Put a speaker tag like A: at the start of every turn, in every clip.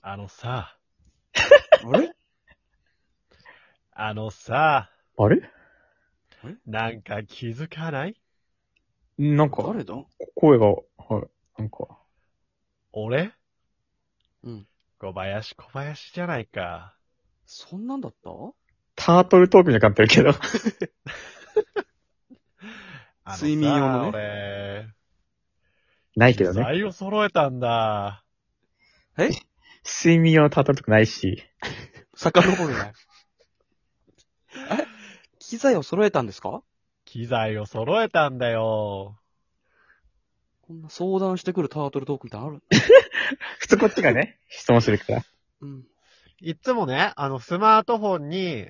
A: あのさ、
B: あれ
A: あのさ、
C: あれ
A: なんか気づかない
C: なんか、
B: 誰だ
C: 声が、はい、なんか、
A: 俺
B: うん。
A: 小林小林じゃないか。
B: そんなんだった
C: タートルトークみたいになってるけど。
A: あのさ
B: 睡眠用のね
A: 俺、
C: ないけどね。
A: 材を揃えたんだ。
C: 睡眠用のタートルトークないし。
B: 遡るね。 え機材を揃えたんですか
A: 機材を揃えたんだよ。
B: こんな相談してくるタートルトークみたいなのある
C: 普通こっちが ね、質問するから。
B: うん。
A: いっつもね、あの、スマートフォンに、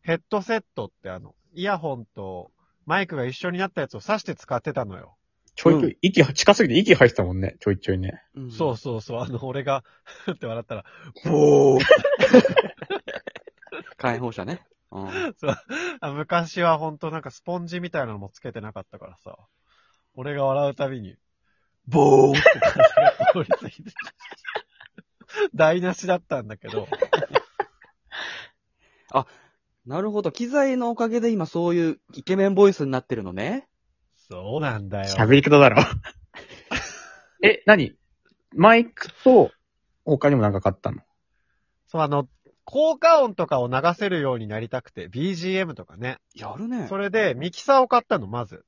A: ヘッドセットってあの、イヤホンとマイクが一緒になったやつを挿して使ってたのよ。
C: ちょいちょい、息、近すぎて息吐いてたもんね、ちょいちょいね。
B: うん、
A: そうそうそう、あの、俺が、って笑ったら、ボ ー
B: 解放者ね。うん。
A: あ昔はほんとなんかスポンジみたいなのもつけてなかったからさ、俺が笑うたびに、ボーって感じが通り過ぎて、台無しだったん だけど、
B: なるほど。機材のおかげで今そういうイケメンボイスになってるのね。
A: そうなんだよ。
C: 喋り方だろ。 え、何マイクと、他にもなんか買ったの
A: そう、あの、効果音とかを流せるようになりたくて、BGM とかね。
B: やるね。
A: それで、ミキサーを買ったの、まず。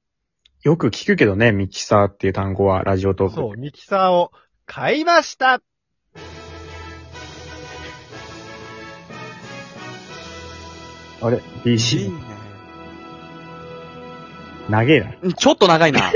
C: よく聞くけどね、ミキサーっていう単語は、ラジオトーク。
A: そう、ミキサーを買いました
C: あれ
B: いい
C: ?BC。
B: ね。
C: 長えな。
B: うんちょっと長 いな。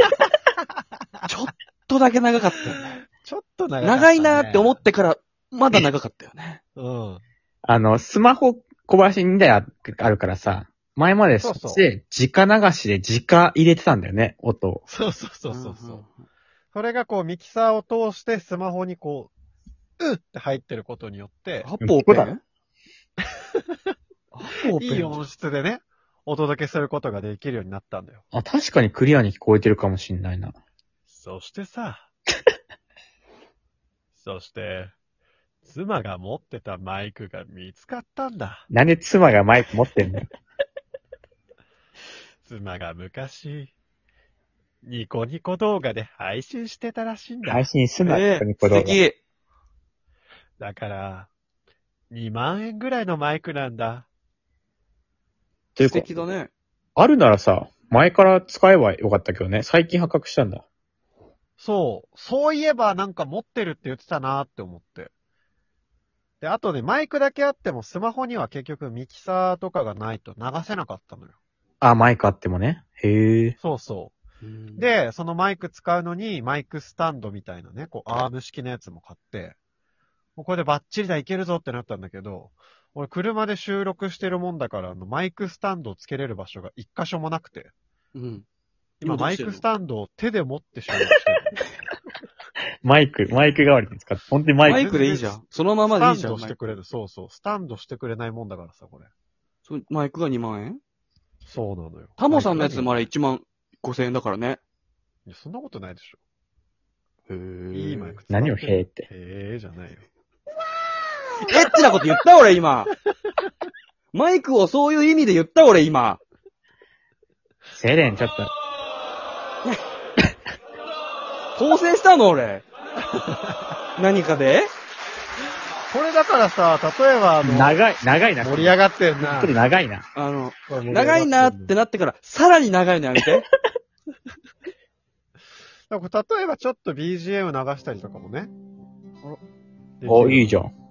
B: ちょっとだけ長かったよね。
A: ちょっと長い、
B: 長いなーって思ってから、まだ長かったよね。
A: うん。
C: あの、スマホ小林2台ああるからさ、前までそっ
A: そう
C: ち
A: そ
C: で直流しで直入れてたんだよね、音を。
A: そうそうそうそうそう。
B: んん
A: それがこうミキサーを通してスマホにこう、うっって入ってることによって、
B: アポーペンアポー
A: い
B: ペ
A: い
B: ン
A: 音質でね、お届けすることができるようになったんだよ。
C: あ、確かにクリアに聞こえてるかもしんないな。
A: そしてさ、 そして、妻が持ってたマイクが見つかったんだ。
C: なんで妻がマイク持って んの
A: 妻が昔、ニコニコ動画で配信してたらしいんだ。
C: 配信すな、
B: え
C: ニ
B: え
C: コ
B: 素
C: 動画
B: 敵。
A: だから、2万円ぐらいのマイクなんだ。
C: という
B: 素
C: か、
B: 敵だね。
C: あるならさ、前から使えばよかったけどね、最近発覚したんだ。
A: そう。そういえばなんか持ってるって言ってたなって思って。で、あとね、マイクだけあってもスマホには結局ミキサーとかがないと流せなかったのよ。
C: あ、マイクあってもね。へえ。
A: そうそう。
B: うん、
A: で、そのマイク使うのにマイクスタンドみたいなね、こうアーム式のやつも買って、もうこれでバッチリだいけるぞってなったんだけど、俺車で収録してるもんだから、あのマイクスタンドをつけれる場所が一箇所もなくて、
B: うん。
A: 今
B: 今どう
A: マイ
B: してるの
A: クスタンドを手で持って収録して る。
C: マイク、マイク代わりに使って、本当にマイク。
B: マイクでいいじゃん。そのまま
A: ス
B: で
A: タ
B: いい
A: ン
B: じゃん。
A: ド
B: マ
A: し
B: イ
A: て
B: ク
A: くれる。そうそう。スタンドしてくれないもんだからさ、これ。
B: そうマイクが2万円
A: そうなのよ。
B: タモさんのやつもあ
A: れ。
B: れ1万5千円だからね。
A: いやそんなことないでしょ。
B: へえ。
A: いいマイク使って
C: 何をへーって。
A: へえじゃないよ。
B: エッチなこと言った俺今。マイクをそういう意味で言った俺今。
C: セレン、ちょっと。
B: 当選したの俺。何かで
A: これだからさ、例えばあの、
C: 長い、長いな。
A: 盛り上がってんな
C: ちょっと。長いな。
B: あの、
A: これ盛り上が
B: 長いなーって
A: んの。
B: なってから、さらに長いのやめて。
A: だから例えばちょっと BGM 流したりとかもね。
C: あ、いいじ
A: ゃん。
C: ゃん。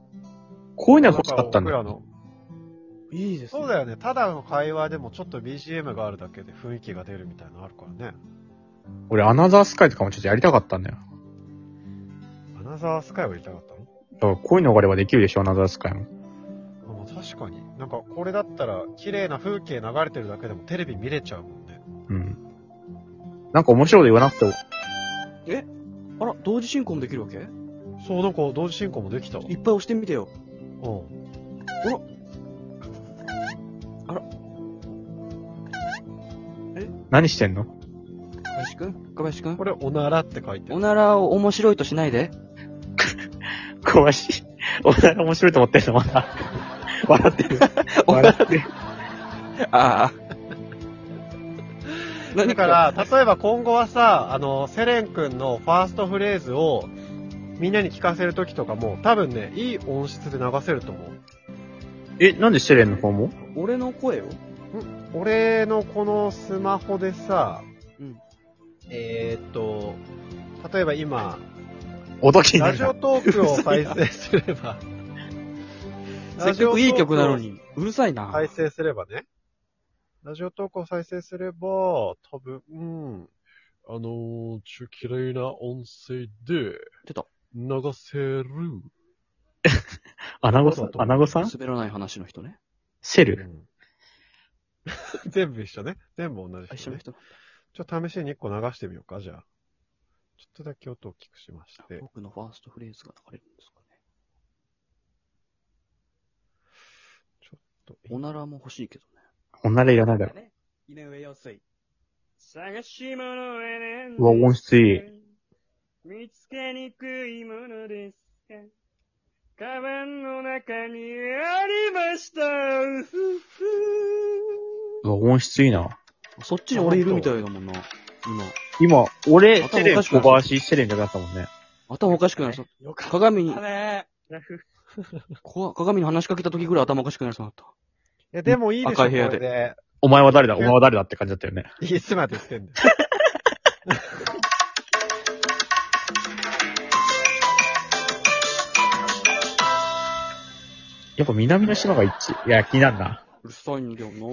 C: こういうのが欲しかったんだ
A: から僕ら
C: よ。
A: の
B: いいですね。
A: そうだよね。ただの会話でもちょっと BGM があるだけで雰囲気が出るみたいなのあるからね。
C: 俺、アナザースカイとかもちょっとやりたかったんだよ。
A: アナザースカイを言いたかったの
C: だからこういうのがあればできるでしょ、アナザースカイも。
A: あまあ確かに。なんかこれだったら綺麗な風景流れてるだけでもテレビ見れちゃうもんね。
C: うん。なんか面白いこと言わなくて
B: あ
C: も、
B: ら、同時進行もできるわけいっ
A: そう、なんか同時進行もできたわ。
B: ぱい押してみてよ。
A: うん。
C: 何してんの
B: 小林くん小林くん
A: これ、おならって書いて
B: お
A: る。
B: ならを面白いとしないで。
C: 小林。 お題面白いと思ってるの、まだ。 笑っ てる。笑ってる。
B: ああ。 何
A: だから、例えば今後はさ、あの、セレン君のファーストフレーズをみんなに聞かせるときとかも、多分ね、いい音質で流せると思う。
C: え、なんでセレンの方も
B: 俺の声を
A: 俺のこのスマホでさ、
B: うん
A: えーっと、例えば今、
C: 音気にな
A: ラ
C: る
A: ジ
C: な
A: オ。トークを再生すれば、
B: せっかくいい曲なの
A: ラジオトーク
B: に、うるさい
A: を
B: な。
A: 再生すればね、ラジオトークを再生すれば、多分、うん、あのー、ちょ、綺麗な音声で
B: 出た。
A: 流せる。
C: アナゴさんアナゴさん
B: 滑らない話の人ね。
C: シェル。
A: 全部一緒ね。全部同じ
B: 一緒
A: 人
B: の
A: ね。
B: 人。
A: ちょっと試しに1個流してみようか、じゃあ。ちょっとだけ音を大きくしまして。
B: 僕のファーストフレーズが流れるんですかね。おならも欲しいけどね。
C: おならいらないだろ。
B: 井上陽水。探し物へね
C: うわ、音質いい。
B: 見つけにくいものですかカバンの中にありました
C: うわ、音質いいな。
B: そっちに俺いるみたいだもんな。今。
C: 今、俺、
B: 頭
C: セレ
B: おか
C: ン、
B: しくな
C: 小
B: っ
C: 林、セレンじゃなかったもんね。
B: 頭おかしくなりそう。
A: よか
B: 鏡に、
A: ね
B: こわ鏡に話しかけた時ぐらい頭おかしくなりそうだった。
A: いや、でもいいでしょ、
B: 赤い部屋で
A: これで。
C: お前は誰だお前は誰だって感じだったよね。
A: いつまでしてんだよ。
C: やっぱ南の島が一致。いや、気になるな。
B: うるさいんだよな